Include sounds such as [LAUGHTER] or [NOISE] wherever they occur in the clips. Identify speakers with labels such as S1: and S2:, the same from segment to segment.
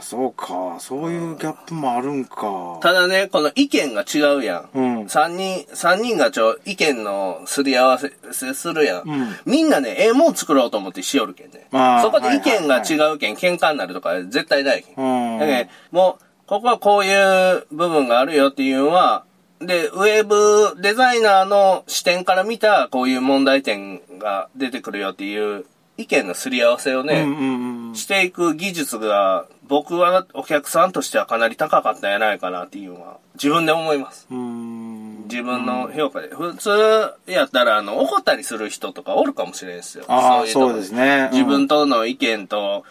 S1: そうか。そういうギャップもあるんか。
S2: ただね、この意見が違うやん。
S1: うん
S2: 三人、三人がちょ、意見のすり合わせ、せするやん。
S1: うん
S2: みんなね、ええもん作ろうと思ってしよるけんね。
S1: あー
S2: そこで意見
S1: は
S2: が
S1: いはい
S2: 違うけん、喧嘩になるとか絶対ないけん。
S1: うん
S2: だけどもう、ここはこういう部分があるよっていうのは、で、ウェブデザイナーの視点から見た、こういう問題点が出てくるよっていう、意見のすり合わせをね、
S1: うんうんうん。
S2: していく技術が、僕はお客さんとしてはかなり高かったんやないかなっていうのは、自分で思います。
S1: うーん。
S2: 自分の評価で。普通やったら、あの、怒ったりする人とかおるかもしれんですよ。
S1: ああ
S2: いとこ
S1: そうですねうん
S2: 自分との意見と、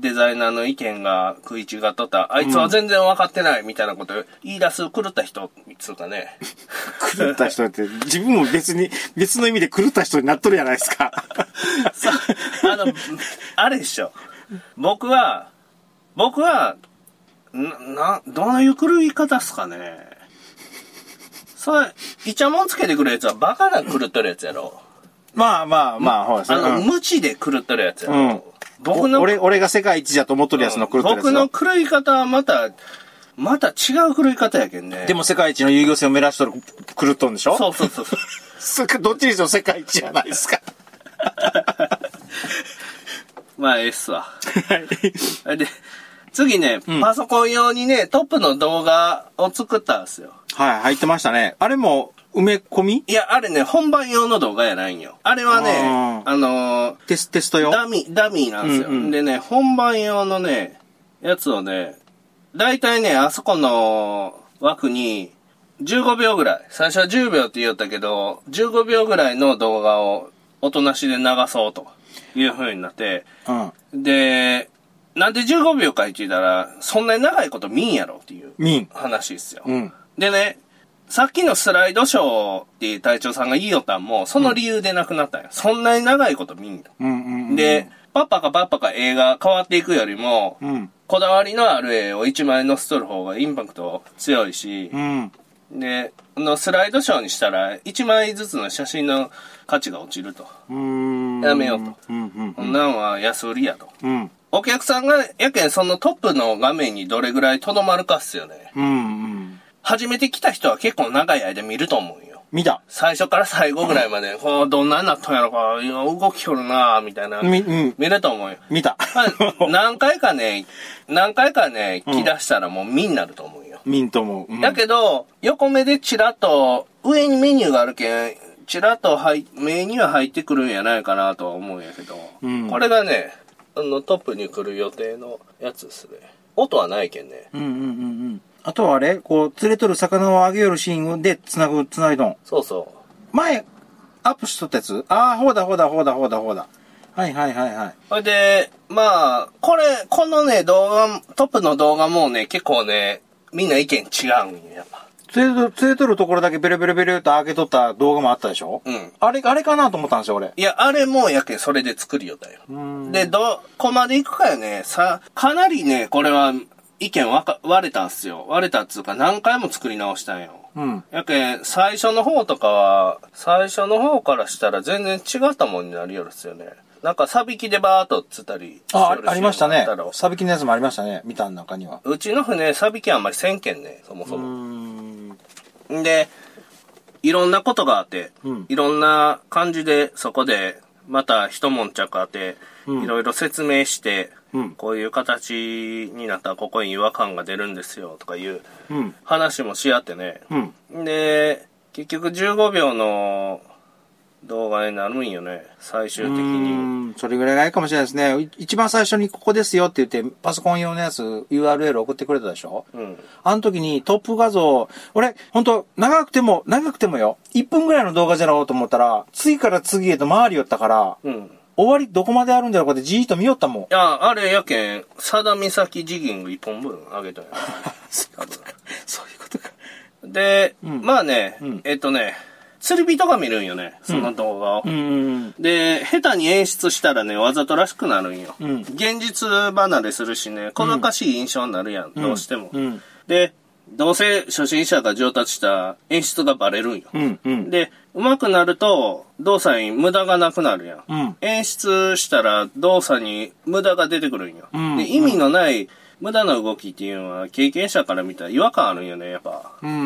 S2: デザイナーの意見が食い違っとった。あいつは全然分かってないみたいなこと言い出す狂った人、つうかね。
S1: 狂った人って、自分も別に、別の意味で狂った人になっとるじゃないです
S2: [LAUGHS]
S1: か。
S2: そうあの、あれでしょ。僕は、僕は、な、な、どういう狂い方っすかね。それ、イチャモンつけてくるやつはバカな狂っとるやつやろ。
S1: まあまあまあ、ほら、そ
S2: あ
S1: れ
S2: の、
S1: うん
S2: 無知で狂っとるやつやろ。
S1: うん
S2: 僕の、
S1: お俺、俺が世界一じゃと思っとるやつの狂ったやつ
S2: 僕
S1: よ
S2: の狂い方はまた、また違う狂い方やけんね。
S1: で、も世界一の遊漁船を目指しとる、狂っとんでしょ
S2: そうそうそうそう。
S1: そっかどっちにしろ世界一じゃないですか。
S2: まあ、ええっすわ。
S1: はい。
S2: で、次ね、パソコン用にね、トップの動画を作ったんですよ。
S1: はい、入ってましたね。あれも、埋め込み
S2: いや、あれね、本番用の動画やないんよ。あれはね、
S1: あ
S2: あの
S1: テス、テスト
S2: ー
S1: 用
S2: ダミー、ダミーなんですよ、
S1: うんうん
S2: でね、本番用のね、やつをね、だいたいね、あそこの枠に、15秒ぐらい。最初は10秒って言おったけど、15秒ぐらいの動画を、おとなしで流そうという風になって、
S1: うん。
S2: で、なんで15秒か言ってたら、そんなに長いこと見んやろっていう
S1: ミン。
S2: 話ですよ。
S1: うん。
S2: でね、さっきのスライドショーって隊長さんが言いよったんも、その理由でなくなったんよ。そんなに長いこと見んと。
S1: うんうんうん。
S2: で、パッパかパッパか映画変わっていくよりも、
S1: うん。
S2: こだわりのある絵を一枚載せとる方がインパクト強いし
S1: う、ん。
S2: で、あのスライドショーにしたら、一枚ずつの写真の価値が落ちると。
S1: うん。
S2: やめようと。
S1: うんうん
S2: こんなんは安売りやと。
S1: うん。
S2: お客さんが、やけんそのトップの画面にどれぐらいとどまるかっすよね。
S1: うんうん。
S2: 初めて来た人は結構長い間見ると思うよ。
S1: 見た。
S2: 最初から最後ぐら
S1: [LAUGHS]
S2: いまで、こう、どんなんなったんやろか、いや動きよるなぁみたいな、
S1: み、うん。
S2: 見ると思うよ。
S1: 見た。
S2: まあ
S1: [LAUGHS]
S2: 何回かね、何回かね、来だしたらもう見になると思うよ。
S1: ミンとも。うん
S2: だけど、横目でチラッと、上にメニューがあるけん、チラッと入目には入ってくるんやないかなとは思うんやけど、
S1: うん
S2: これがね、あの、トップに来る予定のやつですね。音はないけんね。
S1: うんうんうんうん。あとはあれこう、釣れとる魚をあげよるシーンで繋ぐ、繋いどん。
S2: そうそう。
S1: 前、アップしとったやつああ、ほうだほうだほうだほうだほうだ。はいはいはいはい。
S2: それで、まあ、これ、このね、動画、トップの動画もね、結構ね、みんな意見違うんよ、やっぱ。
S1: 釣れとる、釣れとるところだけベルベルベルと開けとった動画もあったでしょ
S2: うん。
S1: あれ、あれかなと思ったんですよ、俺。
S2: いや、あれもやけん、それで作るよだよ。
S1: ん
S2: で、どこまで行くかよね、さ、かなりね、これは、意見わか、割れたんすよ。割れたっつうか、何回も作り直したんよ。
S1: うん。
S2: やけん、最初の方とかは、最初の方からしたら全然違ったもんになりよるっすよね。なんか、サビキでバーっとっつったり。
S1: あ、あありましたね
S2: やろ。
S1: サビキのやつもありましたね。見た中には。
S2: うちの船、サビキあんまりせんけんね、そもそうも。
S1: ん。
S2: んで、いろんなことがあって、
S1: うん
S2: いろんな感じで、そこで、また一悶着あって、
S1: うん
S2: いろいろ説明して、
S1: うん
S2: こういう形になったらここに違和感が出るんですよ、とかいう
S1: うん。
S2: 話もし合ってね。
S1: うん。
S2: で、結局15秒の動画になるんよね、最終的
S1: う
S2: に。
S1: ん。それぐらいがいいかもしれないですね。い一番最初にここですよって言って、パソコン用のやつ URL 送ってくれたでしょ
S2: うん。
S1: あの時にトップ画像、俺、ほんと、長くても、長くてもよ、1分ぐらいの動画じゃろうと思ったら、次から次へと回りよったから、
S2: うん。
S1: 終わりどこまであるんだろうかってじーっと見よったもん
S2: い。や、あれやけん、さだみさきジギング一本分あげたんや。
S1: [LAUGHS] そういうことか。そういうことか。
S2: で、
S1: ん
S2: まあね、
S1: ん
S2: えっとね、釣り人が見るんよね、その動画を。
S1: うん。
S2: で、下手に演出したらね、わざとらしくなるんよ。
S1: うん
S2: 現実離れするしね、小賢しい印象になるやん、どうしても。
S1: うん。
S2: で、どうせ初心者が上達した演出がバレるんよ。
S1: うん。うん。
S2: で、上手くなると、動作に無駄がなくなるやん。
S1: うん。
S2: 演出したら動作に無駄が出てくるんよ。
S1: うん
S2: で意味のない無駄な動きっていうのは経験者から見たら違和感あるんよね、やっぱ。
S1: うん。う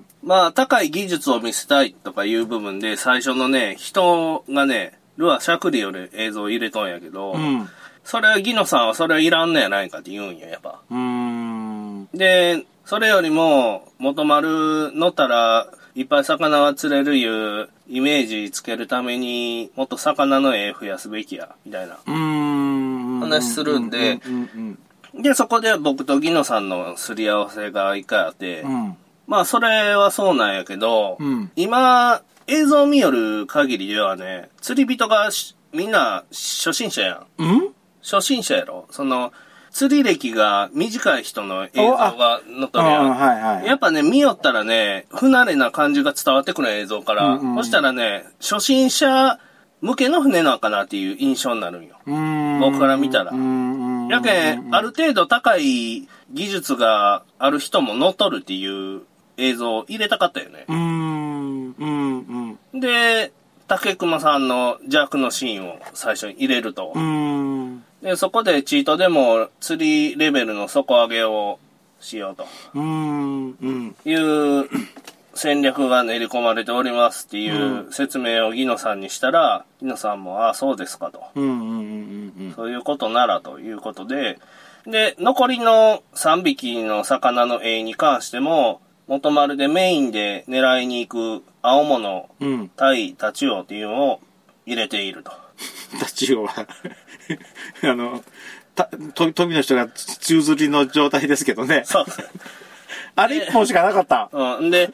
S1: ん
S2: まあ、高い技術を見せたいとかいう部分で、最初のね、人がね、ルアーしゃくりよる映像を入れとんやけど、
S1: うん。
S2: それはギノさんはそれはいらんのやないかって言うんよ、やっぱ。
S1: うん。
S2: で、それよりも、元丸乗ったら、いっぱい魚が釣れるいうイメージつけるために、もっと魚の絵増やすべきや、みたいな。
S1: うん。
S2: 話するんで
S1: うん。
S2: で、そこで僕とギノさんのすり合わせが一回あって、
S1: うん。
S2: まあ、それはそうなんやけど、
S1: うん
S2: 今、映像を見よる限りではね、釣り人がしみんな初心者やん。
S1: うん
S2: 初心者やろその、釣り歴が短い人の映像が載っ
S1: う
S2: と
S1: ん。
S2: るやん。
S1: はいはい。
S2: やっぱね、見よったらね、不慣れな感じが伝わってくる映像から、
S1: うんうんうん
S2: そしたらね、初心者向けの船なんかなっていう印象になるんよ。
S1: うん。
S2: 僕から見たら
S1: うん。
S2: やけん、ある程度高い技術がある人も乗っとるっていう映像を入れたかったよね
S1: う。ん。うん。うん。
S2: で、竹熊さんの邪悪のシーンを最初に入れると
S1: う。ん。
S2: で、そこでチートでも釣りレベルの底上げをしようと。
S1: うん。うん。
S2: いう戦略が練り込まれておりますっていう説明をギノさんにしたら、ギノさんも、ああ、そうですかと。
S1: うん。うん。
S2: そういうことならということで、で、残りの3匹の魚の絵に関しても、元丸でメインで狙いに行く青物、
S1: うん。
S2: タイ、タチウオっていうのを入れていると。
S1: タチウオは、あの、た、と、富の人が宙吊りの状態ですけどね。
S2: そうですね。
S1: あれ一本しかなかった。
S2: うん。で、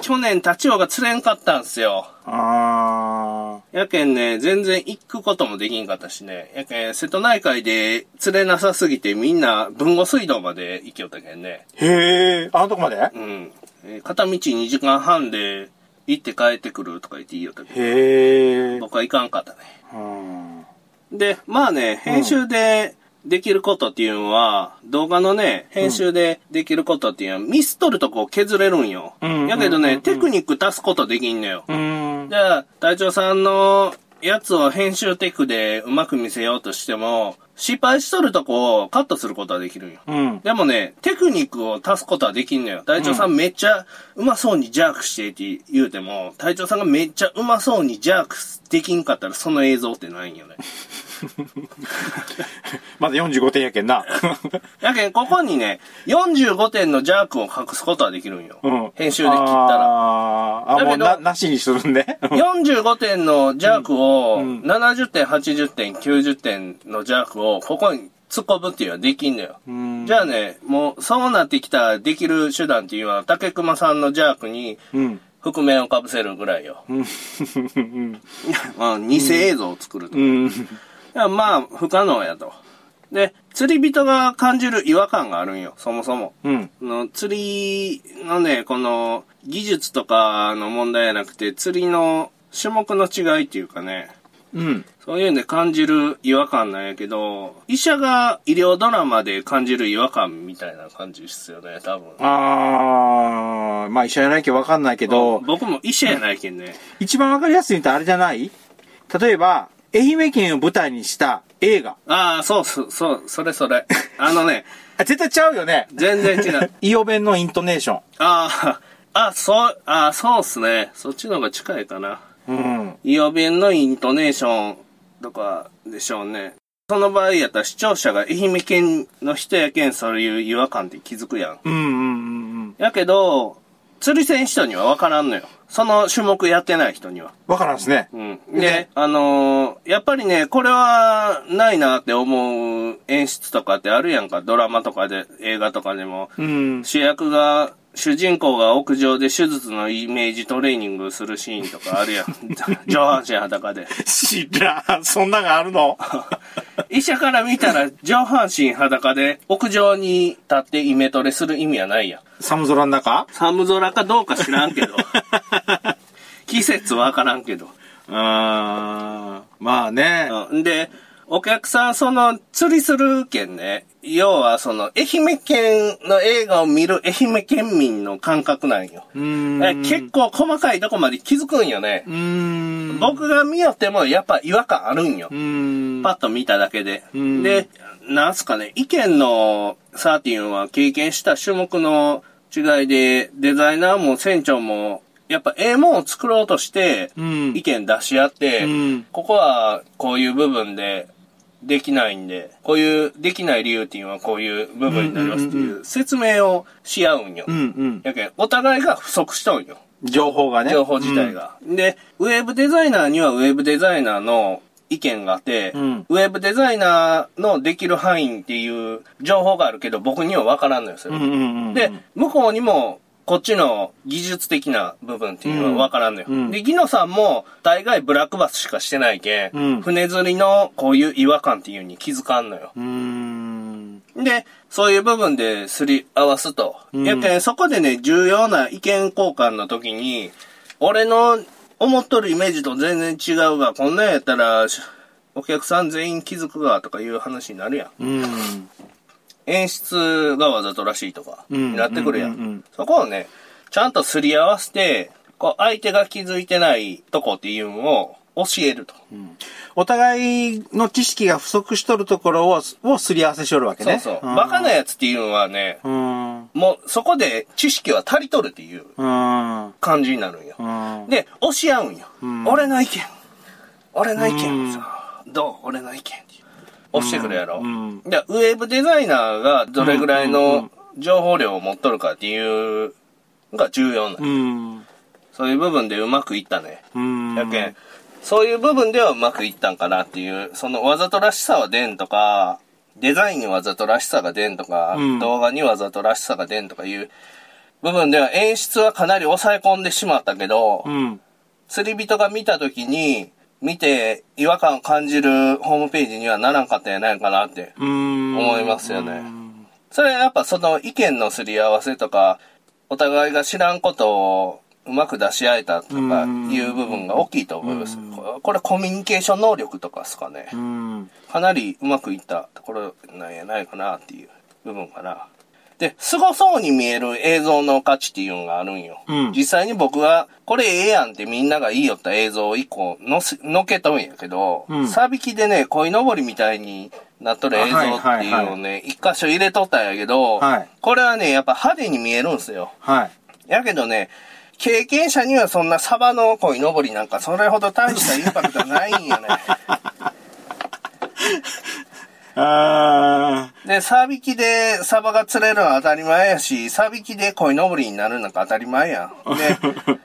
S2: 去年タチウオが釣れんかったんすよ。
S1: あ
S2: やけんね、全然行くこともできんかったしね。やけん、瀬戸内海で釣れなさすぎてみんな豊後水道まで行きよったけんね。
S1: ー。へえ、あのとこまで
S2: うん。えー片道2時間半で行って帰ってくるとか言っていいよったけど、
S1: へえ。
S2: 僕は行かんかったね。
S1: うん。
S2: で、まあね、編集でできることっていうのは、動画のね、編集でできることっていうのは、ミス取るとこ削れるんよ。
S1: うん
S2: やけど
S1: うんうんう
S2: ね、
S1: ん
S2: テクニック足すことできんのよ。
S1: うん。
S2: じゃあ、隊長さんのやつを編集テクでうまく見せようとしても、失敗しとるとこをカットすることはできるんよ。
S1: うん。
S2: でもね、テクニックを足すことはできんのよ。隊長さんめっちゃうまそうにジャークしてって言うても、隊長さんがめっちゃうまそうにジャークできんかったらその映像ってないんよね。
S1: まだ45点やけんな。
S2: やけん、ここにね、45点のジャークを隠すことはできるんよ。
S1: うん。
S2: 編集で切ったら。
S1: あーあ、
S2: だけど
S1: もうな、なしにするんで。
S2: 45点のジャークを、
S1: ん
S2: 70点、80点、90点のジャークを、ここに突っ込むっていうのはできんのよ。
S1: うん
S2: じゃあね、もう、そうなってきたらできる手段っていうのは、竹熊さんのジャークに、
S1: うん。
S2: 覆面をかぶせるぐらいよ。
S1: うん。
S2: まあ、偽映像を作ると。
S1: うん。
S2: だからまあ、不可能やと。で、釣り人が感じる違和感があるんよ、そもそも。
S1: うん。
S2: あの釣りのね、この技術とかの問題じゃなくて、釣りの種目の違いっていうかね、
S1: うん。
S2: そういうんで感じる違和感なんやけど、医者が医療ドラマで感じる違和感みたいな感じですよね、多分。
S1: ああ、まあ一緒じゃないけどわかんないけど、
S2: 僕も医者やないけんね。
S1: 一番わかりやすいのってあれじゃない例えば、愛媛県を舞台にした映画。
S2: ああ、そうそう、そう、それそれ。あのね、
S1: あ、絶対ちゃうよね。
S2: 全然違う。
S1: [LAUGHS] イオ弁のイントネーション。
S2: ああ、あ、そう、あそうっすね。そっちの方が近いかな。
S1: うん。
S2: イオ弁のイントネーションとかでしょうね。その場合やったら視聴者が愛媛県の人やけんそういう違和感って気づくやん。
S1: うんうんうんうん。
S2: やけど、釣り線人には分からんのよ。その種目やってない人には。
S1: わからんですね。
S2: うん。で、あのーやっぱりね、これはないなって思う演出とかってあるやんか。ドラマとかで、映画とかでも。
S1: うん。
S2: 主役が、主人公が屋上で手術のイメージトレーニングするシーンとかあるやん。 [LAUGHS] 上半身
S1: [LAUGHS]
S2: 裸で。
S1: 知らん。そんながあるの
S2: 医者から見たら上半身裸で屋上に立ってイメトレする意味はないやん。
S1: 寒空の中
S2: 寒空かどうか知らんけ
S1: [LAUGHS]
S2: ど。季節わからんけど。
S1: あーまあね。
S2: うんで、お客さん、その、釣りする県ね。要は、その、愛媛県の映画を見る愛媛県民の感覚なんよ。
S1: うーん。
S2: え結構細かいとこまで気づくんよね
S1: う。ーん。
S2: 僕が見よってもやっぱ違和感あるんよ
S1: う。ーん。
S2: パッと見ただけで。
S1: うん
S2: で、なんすかね、意見の13は経験した種目の違いで、デザイナーも船長も、やっぱええもんを作ろうとして、
S1: うん
S2: 意見出し合って、
S1: うん
S2: ここはこういう部分でできないんで、こういうできない理由っていうのはこういう部分になりますって
S1: うんうん
S2: いう説明をし合うんよ。
S1: うんうん。
S2: やけん、お互いが不足しとんよ。
S1: 情報がね。
S2: 情報自体が、で、ウェブデザイナーにはウェブデザイナーの意見があって、
S1: うん
S2: ウェブデザイナーのできる範囲っていう情報があるけど、僕には分からんのよ、そ
S1: うん。
S2: れ。
S1: うんうんうん。
S2: で、向こうにも、こっちの技術的な部分っていうのは分からんのよ。
S1: うん
S2: で、ギノさんも、大概ブラックバスしかしてないけん、
S1: うん
S2: 船釣りのこういう違和感っていうに気づかんのよ。
S1: うーん。
S2: で、そういう部分ですり合わすと。
S1: うん
S2: やけん、そこでね、重要な意見交換の時に、俺の思っとるイメージと全然違うが、こんなんやったら、しお客さん全員気づくが、とかいう話になるや
S1: う
S2: ん。
S1: ん。
S2: 演出がわざとらしいとか、
S1: うん
S2: になってくる
S1: う
S2: や
S1: んうんうん
S2: ん。そこをね、ちゃんとすり合わせて、こう、相手が気づいてないとこっていうのを教えると。
S1: お互いの知識が不足しとるところを、をすり合わせしとるわけ
S2: そう
S1: ね。
S2: そう。
S1: ん
S2: バカなやつっていうのはね、
S1: うん。うん。
S2: もうそこで知識は足りとるっていう
S1: うん。
S2: 感じになるんよ。
S1: うん。
S2: で、押し合うんよ。
S1: ん
S2: 俺の意見。俺の意
S1: うん
S2: 見。そうどう俺の意見。押してくるやろ。
S1: うん
S2: でウェブデザイナーがどれぐらい
S1: うんうん
S2: の情報量を持っとるかっていうのが重要なの、
S1: うん。
S2: そういう部分でうまくいったね。
S1: うん。
S2: やけん、そういう部分ではうまくいったんかなっていう、そのわざとらしさは出んとか、デザインにわざとらしさが出んとか、
S1: うん
S2: 動画にわざとらしさが出んとかいう部分では演出はかなり抑え込んでしまったけど、
S1: うん。
S2: 釣り人が見た時に、見て違和感を感じるホームページにはならんかったんやないかなって。
S1: うん。
S2: 思いますよね
S1: うん
S2: それはやっぱその意見のすり合わせとか、お互いが知らんことをうまく出し合えたとかいう部分が大きいと思います。これコミュニケーション能力とかですかね。
S1: うん。
S2: かなりうまくいったところなんやないかなっていう部分かな。で、凄そうに見える映像の価値っていうのがあるんよ。
S1: うん
S2: 実際に僕は、これええやんってみんながいいよった映像を一個のせ、のけとんやけど、
S1: うん
S2: サビキでね、鯉のぼりみたいになっとる映像っていうのをね、一、箇所入れとったんやけど、
S1: はい
S2: これはね、やっぱ派手に見えるんすよ。
S1: はい。
S2: やけどね、経験者にはそんなサバの鯉のぼりなんかそれほど大したインパクトはないんよ
S1: [LAUGHS]
S2: ね。
S1: あ
S2: で、サビキでサバが釣れるのは当たり前やし、サビキで鯉のぼりになるなんか当たり前やん。で、
S1: ー。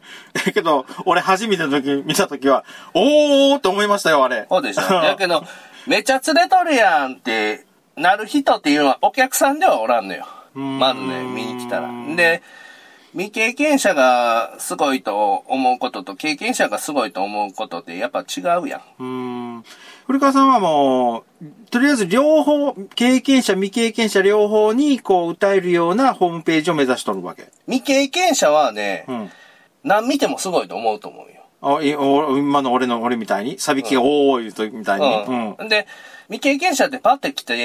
S1: だけど、俺初めての時、見た時は、おーって思いましたよ、あれ。
S2: そうで
S1: [LAUGHS]
S2: しょ。だけど、めちゃ釣れとるやんってなる人っていうのはお客さんではおらんのよ。
S1: ん
S2: まずね、見に来たら。で、未経験者がすごいと思うことと経験者がすごいと思うことってやっぱ違うやん。
S1: うーん古川さんはもう、とりあえず両方、経験者、未経験者両方に、こう、歌えるようなホームページを目指しとるわけ。
S2: 未経験者はね、
S1: うん。
S2: 何見てもすごいと思うと思うよ。
S1: あ、いお今の俺の俺みたいに、サビキが多いと、みたいに。うん。
S2: うん。で、未経験者ってパッて来て、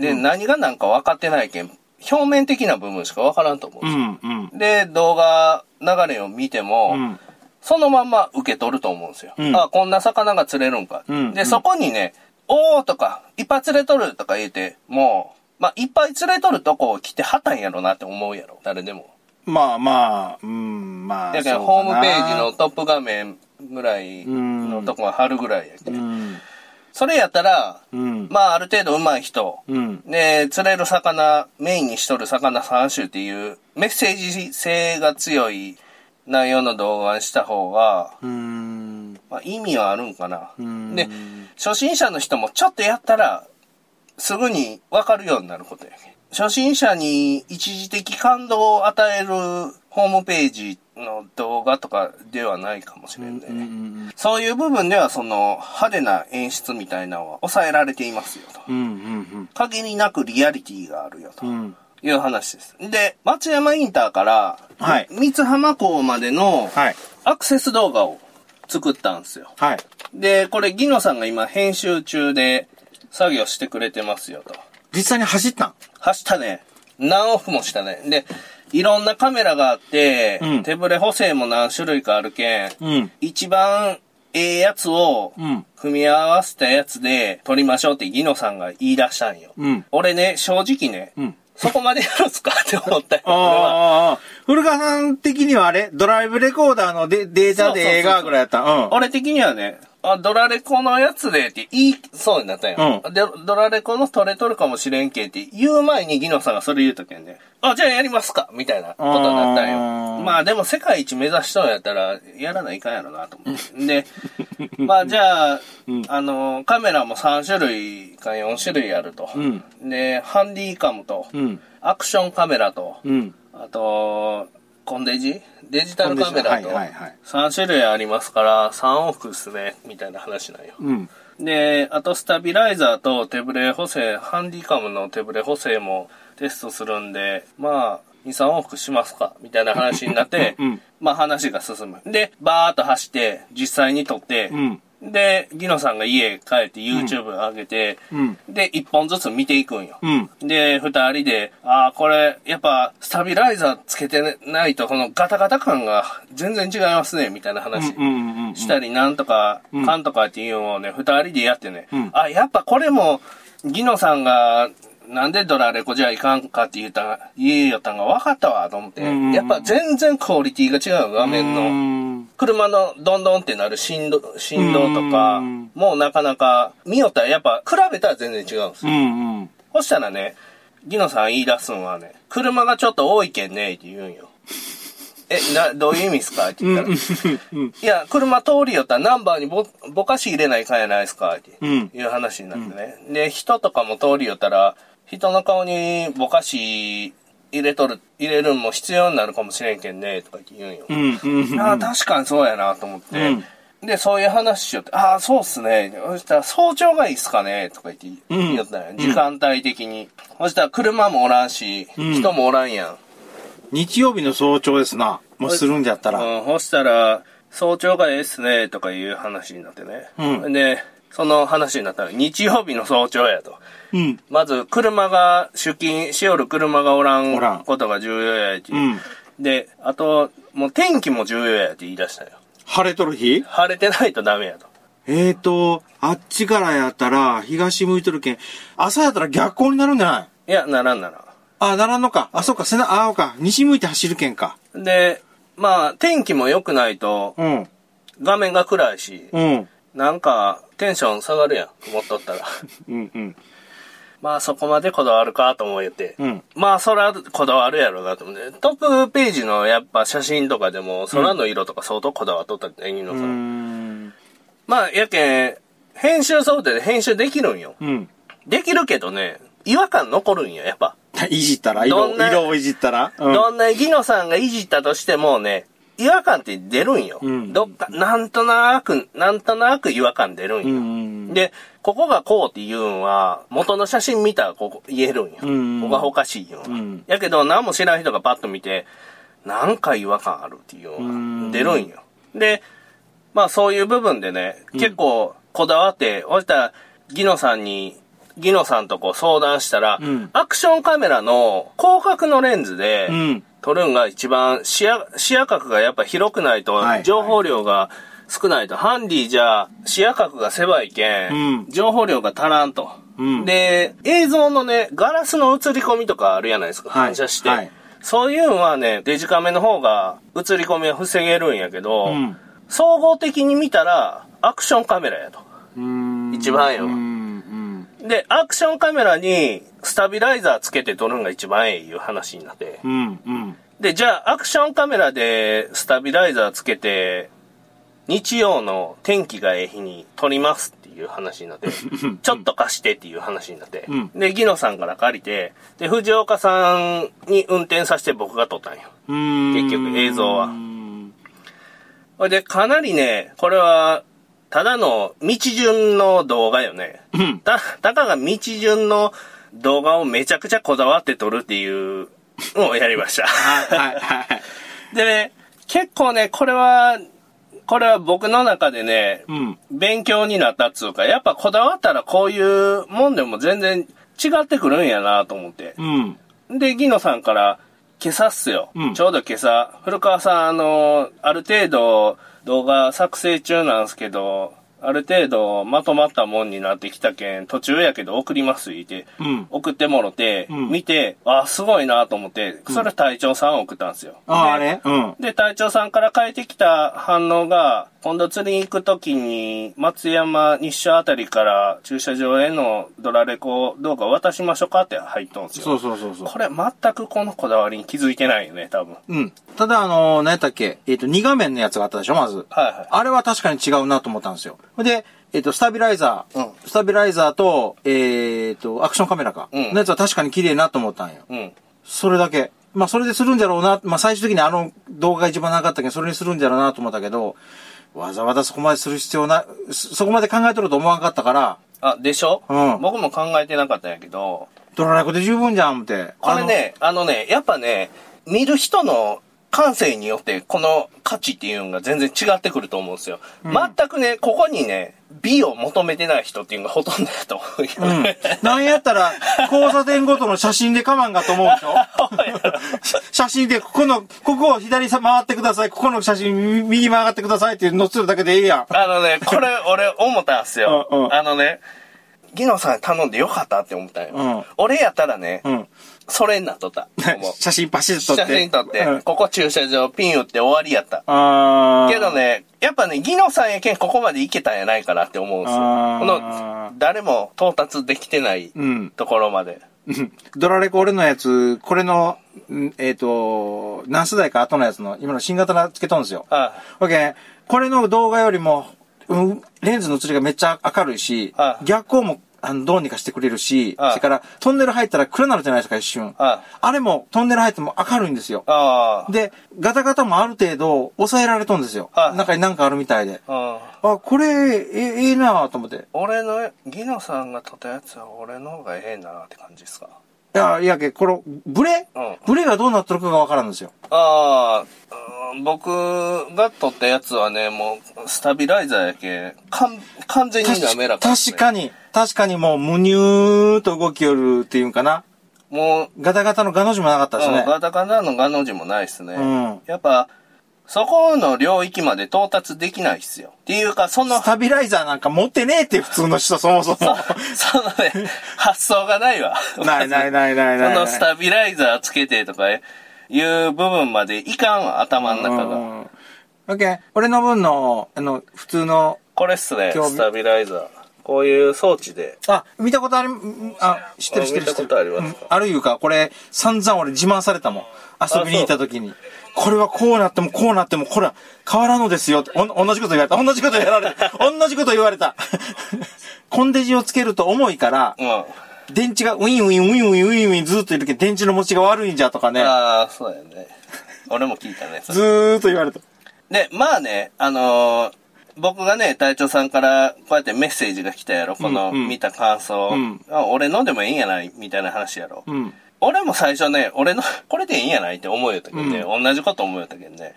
S2: で、何がなんか分かってないけん、表面的な部分しか分からんと思う。
S1: うん、うん。
S2: で、動画流れを見ても、
S1: うん。
S2: そのまんま受け取ると思うんですよ。
S1: うん
S2: あ、こんな魚が釣れるんか。
S1: うんう
S2: で、
S1: ん
S2: そこにね、おーとか、いっぱい釣れとるとか言うて、もう、まあ、いっぱい釣れとるとこを来てはったんやろなって思うやろ。誰でも。
S1: まあまあ、うん、まあ。
S2: だけど、
S1: そう
S2: ホ
S1: か
S2: ー
S1: な
S2: ムページの、トップ画面ぐらいのとこは貼るぐらいやけ、、
S1: うんん。
S2: それやったら、
S1: うん。
S2: まあ、ある程度上手い人、
S1: うん。
S2: で、釣れる魚、メインにしとる魚3種っていう、メッセージ性が強い内容の動画にした方が、
S1: うん。
S2: まあ、意味はあるんかな。
S1: ん
S2: で、初心者の人もちょっとやったら、すぐにわかるようになることやけん初心者に一時的感動を与えるホームページの動画とかではないかもしれんね。
S1: うん。
S2: そういう部分では、その、派手な演出みたいなのは抑えられていますよと。
S1: うん。うん。
S2: 限りなくリアリティがあるよと。
S1: うん。
S2: いう話です。で、松山インターから、
S1: はい
S2: 三津浜港までの
S1: はい。
S2: アクセス動画を作ったんですよ。
S1: はい。
S2: で、これ、ギノさんが今編集中で作業してくれてますよと。
S1: 実際に走ったん
S2: 走ったね。何往復もしたね。で、いろんなカメラがあって、
S1: うん
S2: 手ブレ補正も何種類かあるけん、
S1: うん。
S2: 一番ええやつを
S1: うん。
S2: 組み合わせたやつで撮りましょうってギノさんが言い出したんよ。
S1: うん
S2: 俺ね、正直ね、
S1: うん。
S2: そこまでやるんすかって思ったよ。
S1: ああ
S2: 俺は
S1: ああ、古川さん的にはあれドライブレコーダーのデデータで映画ぐらいやった。うん。
S2: 俺的にはね、あ、ドラレコのやつでって言いそうになったんや、
S1: うん
S2: で、ドラレコの撮れとるかもしれんけって言う前にギノさんがそれ言うとけんね。あ、じゃあやりますかみたいなことになったん
S1: あー
S2: よ。まあでも世界一目指しそうやったらやらないかんやろなと思って。で、 [LAUGHS] まあじゃあ、あの、カメラも3種類か4種類あると。
S1: うん
S2: で、ハンディカムと、
S1: うん。
S2: アクションカメラと、
S1: うん。
S2: あと、コンデジデジタルカメ
S1: コン
S2: ラ
S1: デジ
S2: と
S1: はいはいはい
S2: 3種類ありますから3往復っすね、みたいな話なんよ。
S1: うん。
S2: で、あとスタビライザーと手ブレ補正、ハンディカムの手ブレ補正もテストするんで、まあ、2、3往復しますか、みたいな話になって、
S1: [LAUGHS] うん
S2: まあ話が進む。で、バーっと走って、実際に撮って、
S1: うん。
S2: で、ギノさんが家帰って YouTube 上げて、
S1: うん
S2: で、1本ずつ見ていくんよ。
S1: うん。
S2: で、二人で、ああ、これ、やっぱ、スタビライザーつけてないと、このガタガタ感が全然違いますね、みたいな話
S1: うん。うん。うん。
S2: したり、なんとか、
S1: ん
S2: かんとかっていうのをね、二人でやってね
S1: ん、
S2: あ、やっぱこれも、ギノさんが、なんでドラレコじゃいかんかって言ったん、言えよったんが分かったわ、と思って。
S1: うん
S2: やっぱ全然クオリティが違う、画面
S1: う
S2: の。
S1: ん。
S2: 車のどんどんってなる振動、振動とか
S1: うん、
S2: もうなかなか、見よったらやっぱ、比べたら全然違うんですよ
S1: うん。うん。
S2: そしたらね、ギノさん言い出すんはね、車がちょっと多いけんね、って言うんよ。え、な、どういう意味っすかって言ったら、
S1: うん。
S2: いや、車通りよったらナンバーにぼ、ぼかし入れないかんやないですかって
S1: うん
S2: いう話になってね。で、人とかも通りよったら、人の顔にぼかし入れとる、入れるんも必要になるかもしれんけんね、とか言うんよ。
S1: うん。うん。
S2: ああ、確かにそうやなと思って。
S1: うん
S2: で、そういう話しよって、ああ、そうっすね。そしたら、早朝がいいっすかねとか言って
S1: うん
S2: 言いよったんや、時間帯的に。そしたら、車もおらんし、
S1: うん
S2: 人もおらんやん。
S1: 日曜日の早朝ですな。もうするんじゃったら。
S2: うん、そしたら、早朝がええっすね、とかいう話になってね。
S1: うん
S2: で、その話になったら、日曜日の早朝やと。
S1: うん。
S2: まず、車が、出勤しおる車がおら
S1: おらん
S2: んことが重要やって、
S1: うん
S2: で、あと、もう天気も重要やって言い出したよ。
S1: 晴れとる日
S2: 晴れてないとダメやと。
S1: えーと、あっちからやったら、東向いとるけん、朝やったら逆光になるんじゃない
S2: いや、ならんなら
S1: あ、ならんのか。あ、そうか、せな、あ、そうか。西向いて走るけんか。
S2: ん。で、まあ、天気も良くないと、
S1: うん。
S2: 画面が暗いし、
S1: うん。
S2: なんか、テンション下がるやん、思っとったら。 [LAUGHS]
S1: うん、うん。
S2: まあ、そこまでこだわるかと思って。
S1: うん
S2: まあ、そら、こだわるやろうなと思って。トップページの、やっぱ、写真とかでも、空の色とか相当こだわっとったって、演技の
S1: う
S2: さ
S1: ーん。
S2: まあ、やけん、編集ソフトで編集できるんよ。
S1: うん。
S2: できるけどね、違和感残るんよ、やっぱ。
S1: いじったら色
S2: どんな
S1: 色をいじったらうん
S2: どんなギノさんがいじったとしてもね、違和感って出るんよ。
S1: うん
S2: どっか、なんとなく、なんとなく違和感出る
S1: う
S2: んよ。
S1: ん。
S2: で、ここがこうっていうんは、元の写真見たらここ言えるんよ。
S1: うん
S2: ここがおかしいよ、
S1: ん
S2: やけど、何も知らん人がパッと見て、なんか違和感あるっていうの
S1: ん
S2: は出るんよ。で、まあそういう部分でね、結構こだわって、そしたら、ギノさんに、ギノさんとこう相談したら、
S1: うん
S2: アクションカメラの広角のレンズで、
S1: うん。
S2: 撮るんが一番視野、視野角がやっぱ広くないと
S1: はいは、い
S2: 情報量が少ないと、ハンディじゃ視野角が狭いけん、
S1: うん
S2: 情報量が足らんと。
S1: うん
S2: で、映像のね、ガラスの映り込みとかあるじゃないですか、
S1: はい
S2: 反射して。
S1: はい
S2: そういうのはね、デジカメの方が映り込みを防げるんやけど、
S1: うん
S2: 総合的に見たら、アクションカメラやと。
S1: うん。
S2: 一番ええわ
S1: うん。うん。
S2: で、アクションカメラにスタビライザーつけて撮るんが一番ええいう話になって。
S1: うん。うん。
S2: で、じゃあ、アクションカメラでスタビライザーつけて、日曜の天気がええ日に撮りますっていう話に
S1: [LAUGHS]
S2: なって、ちょっと貸してっていう話になって、
S1: うん
S2: で、ギノさんから借りて、で、藤岡さんに運転させて僕が撮ったんよ。
S1: うん。
S2: 結局映像は
S1: うん。
S2: ほいで、かなりね、これは、ただの道順の動画よね。
S1: うん。
S2: た、たかが道順の動画をめちゃくちゃこだわって撮るっていうのをやりま
S1: [LAUGHS]
S2: した。
S1: はいはいはい。
S2: でね、結構ね、これは、これは僕の中でね、
S1: うん。
S2: 勉強になったっつうか、やっぱこだわったらこういうもんでも全然違ってくるんやなと思って。
S1: うん。
S2: で、ギノさんから、今朝っすよ。
S1: うん
S2: ちょうど今朝、古川さん、あの、ある程度、動画作成中なんですけど、ある程度まとまったもんになってきたけん、途中やけど送ります言って、
S1: うん
S2: 送ってもろて、
S1: うん
S2: 見て、あ、すごいなと思って、それ隊長さん送ったんですよ。
S1: ああ、あ
S2: で
S1: れうん。
S2: で、隊長さんから返ってきた反応が、今度釣りに行くときに、松山日照あたりから駐車場へのドラレコ動画渡しましょうかって入っとんすよ。
S1: そうそうそうそう。
S2: これ全くこのこだわりに気づいてないよね、多分。はい
S1: うん。ただ、あのー、何やったっけえっ、と、2画面のやつがあったでしょ、まず。
S2: はい。
S1: あれは確かに違うなと思ったんですよ。で、えっ、と、スタビライザー、
S2: うん
S1: スタビライザーと、えっ、と、アクションカメラか、
S2: うん
S1: のやつは確かに綺麗なと思ったんよ。
S2: うん。
S1: それだけ。まあ、それでするんじゃろうな。まあ、最終的にあの動画が一番なかったけど、それにするんじゃろうなと思ったけど、わざわざそこまでする必要な、そそこまで考えとると思わなかったから、
S2: あ、でしょ
S1: うん
S2: 僕も考えてなかったんやけど、
S1: ドラレコで十分じゃん、思って。
S2: これね、あのね、やっぱね、見る人の感性によって、この価値っていうのが全然違ってくると思うんですよ。全くね、ここにね、美を求めてない人っていうのがほとんどだと思う
S1: あの。
S2: よ
S1: うん
S2: ね。。
S1: なんやったら、交差点ごとの写真でかまんかと思うでしょし写真で、ここの、ここを左さ回ってください、ここの写真右右曲がってくださいっていうのするだけでいいやん。
S2: [LAUGHS] あのね、これ俺思ったんすよ。
S1: うんうん
S2: あのね、ギノさん頼んでよかったって思ったよ。
S1: うん
S2: 俺やったらね、
S1: うん。
S2: それになっ
S1: [LAUGHS]
S2: とった。思う
S1: 写真パシッと撮
S2: 写
S1: って。
S2: 真撮って、
S1: うん
S2: ここ駐車場ピン打って終わりやった。
S1: あー
S2: けど。ね、やっぱね、ギノさんやけんここまでいけたんやないかなって思うんですよ。
S1: あ
S2: こ
S1: ー
S2: の、誰も到達できてない
S1: うん。
S2: ところまで。
S1: うんドラレコ俺のやつ、これの、んえっ、と、何世代か後のやつの、今の新型のつけとんですよ。
S2: あ
S1: ほけんこれの動画よりも、うんレンズの映りがめっちゃ明るいし
S2: あ、
S1: 逆光もあのどうにかしてくれるし、
S2: あ
S1: それからトンネル入ったら暗なるじゃないですか、一瞬。
S2: あ
S1: あれもトンネル入っても明るいんですよ。
S2: ああ。
S1: で、ガタガタもある程度抑えられとんですよ。
S2: あ
S1: 中になんかあるみたいで。
S2: あ
S1: あ、これ、え、ええなぁと思って。
S2: 俺の、ギノさんが撮ったやつは俺の方がええなって感じですか。
S1: いや、いやけ、この、ブレ、
S2: うん
S1: ブレがどうなっとるかがわからんですよ。
S2: ああ、うん僕が撮ったやつはね、もう、スタビライザーやけん、かん完全に滑らかですね、
S1: 確かに、確かにもう、むにゅーと動きよるっていうんかな。
S2: もう、
S1: ガタガタのガの字もなかったです
S2: うん
S1: ね。
S2: ガタガタのガの字もないですね。
S1: うん
S2: やっぱ、そこの領域まで到達できないっすよ。っていうか、その、
S1: スタビライザーなんか持ってねえって普通の人そもそも。
S2: [LAUGHS] そのね、発想がないわ。
S1: ないないないない
S2: そ
S1: ないない。
S2: のスタビライザーつけてとかいう部分までいかんわ、頭の中が。
S1: うんオッケー。俺の分の、あの、普通の、
S2: これっすね、
S1: 興味
S2: スタビライザー。こういう装置で。
S1: あ、見たことある、んあ、知ってる
S2: あ
S1: 知ってる知ってる。
S2: 見たことあります
S1: うんあるいうか、これ、散々俺自慢されたもん。遊びに行った時に。これはこうなってもこうなっても、これは変わらんのですよって。おん同じこと言われた。同じことやられた。同じこと言われた。 [LAUGHS] コンデジをつけると重いから
S2: う、ん。
S1: 電池がウィンウィンウィンウィンウィンウィンずーっといるけど、電池の持ちが悪いんじゃとかね。
S2: ああ、そうやね。俺も聞いたね。それ
S1: ずーっと言われた。
S2: で、まあね、あのー僕がね、隊長さんからこうやってメッセージが来たやろ、この
S1: うんうん
S2: 見た感想、
S1: うん
S2: あ俺飲んでもいいんやないみたいな話やろ。
S1: うん。
S2: 俺も最初ね、俺のこれでいいんやないって思うよったけどね、
S1: う
S2: 同じこと思うよったけどね。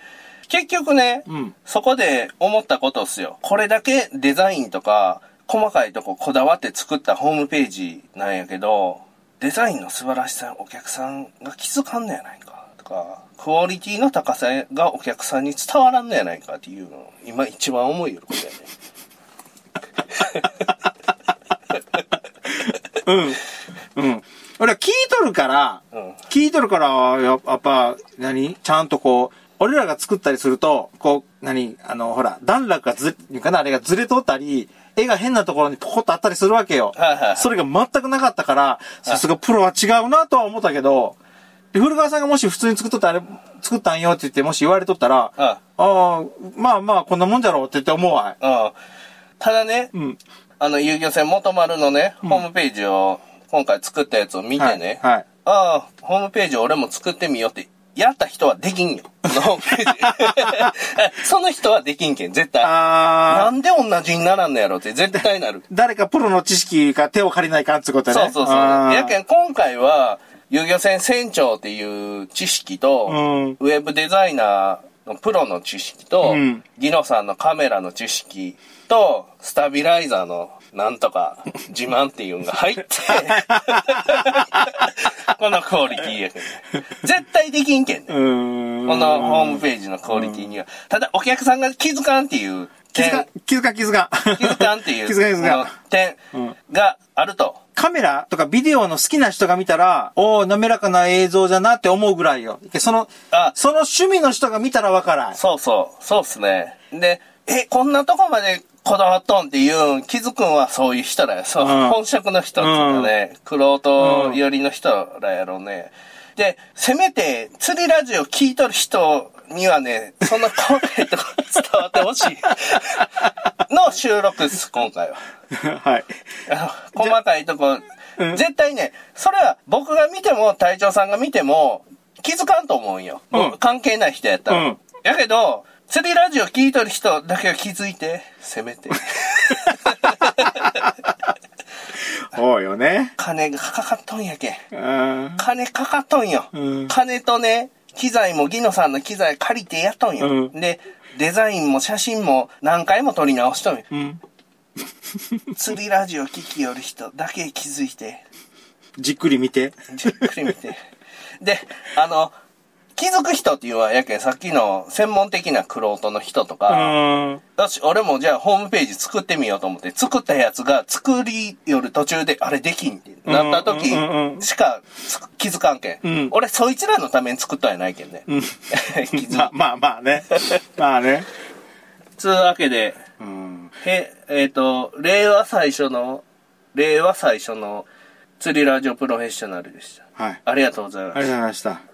S2: 結局ね、
S1: うん
S2: そこで思ったことっすよ。これだけデザインとか、細かいとここだわって作ったホームページなんやけど、デザインの素晴らしさお客さんが気づかんのやないかとか、クオリティの高さがお客さんに伝わらんのやないかっていうのを今一番思いよることやね。
S1: うん。うん。俺は聞いとるから、
S2: うん
S1: 聞いとるから、ややっぱ、何ちゃんとこう、俺らが作ったりすると、こう、何あの、ほら、段落がず、いうかなあれがずれとったり、絵が変なところにポコッとあったりするわけよ
S2: はいはいはい。
S1: それが全くなかったから、さすがプロは違うなとは思ったけど、で古川さんがもし普通に作っとったあれ、作ったんよって言って、もし言われとったら、
S2: あ
S1: ああ、まあまあ、こんなもんじゃろうって言って思うわ。
S2: うん。ただね、
S1: うん。
S2: あの、遊漁船元丸のね、ホームページを、今回作ったやつを見てね、
S1: はい。はい
S2: ああ、ホームページ俺も作ってみようって、やった人はできんよ。 [LAUGHS] そのホームページ。その人はできんけん、絶対。
S1: ああ。
S2: な。んで同じにならんのやろって絶対なる
S1: 誰かプロの知識が手を借りないかんってことね。
S2: そうそうそう。
S1: あー
S2: やけん、今回は、遊漁船船長っていう知識と、
S1: うん
S2: ウェブデザイナーのプロの知識と、
S1: うん
S2: ギノさんのカメラの知識と、スタビライザーのなん
S1: [LAUGHS]
S2: とか自慢っていうんが入って、このクオリティやけんね。絶対できんけんね。
S1: ーん。
S2: このホームページのクオリティには。ただお客さんが気づかんっていう
S1: 気づ
S2: 点、
S1: か、気づか、気づか。
S2: 気づかんってい
S1: [LAUGHS]
S2: う
S1: 気づか、気づ
S2: この
S1: か。
S2: 点があると。
S1: カメラとかビデオの好きな人が見たら、おお滑らかな映像じゃなって思うぐらいよ。その、
S2: あ
S1: その趣味の人が見たらわから
S2: [LAUGHS]
S1: ん。
S2: そうそう、そうっすね。で、え、こんなとこまでこだわっとんっていうん、気づくんはそういう人らや。そう、
S1: うん
S2: 本職の人っていうかね、くろ寄りの人らやろうね。で、せめて、釣りラジオ聞いとる人にはね、そんな細かいとこ伝わってほし
S1: [LAUGHS]
S2: い。の収録っす、今回は。
S1: はい。
S2: あの [LAUGHS] 細かいとこ、
S1: うん
S2: 絶対ね、それは僕が見ても、隊長さんが見ても、気づかんと思うんよ。
S1: うん
S2: 僕関係ない人やったら。
S1: うん
S2: やけど、釣りラジオ聞いとる人だけは気づいて、せ
S1: [LAUGHS]
S2: めて。
S1: そうよね。
S2: 金がかかっとんやけん。
S1: うーん。
S2: 金かかっとんよ。
S1: うん
S2: 金とね、機材もギノさんの機材借りてやっとんよ。
S1: うん
S2: で、デザインも写真も何回も撮り直しとんよ。
S1: うん。
S2: [LAUGHS] 釣りラジオ聞きよる人だけ気づいて、
S1: じっくり見
S2: [LAUGHS]
S1: て。
S2: じっくり見て。で、あの、気づく人っていうのはやけん、さっきの専門的なクロートの人と
S1: う
S2: か、
S1: ーん。
S2: よし、俺もじゃあホームページ作ってみようと思って、作ったやつが作りよる途中で、あれできんってなった時
S1: うんうんうん
S2: しかつ気づかんけん。
S1: うん
S2: 俺、そいつらのために作ったんやないけんね。
S1: うん
S2: [LAUGHS] 気づ
S1: まあ
S2: く。
S1: まあまあね。まあね。
S2: つうわけで、
S1: うん。
S2: へ、えっ、と、令和最初の、令和最初の釣りラジオプロフェッショナルでした。
S1: はい。
S2: ありがとうございま
S1: あ
S2: す
S1: りがとうございました。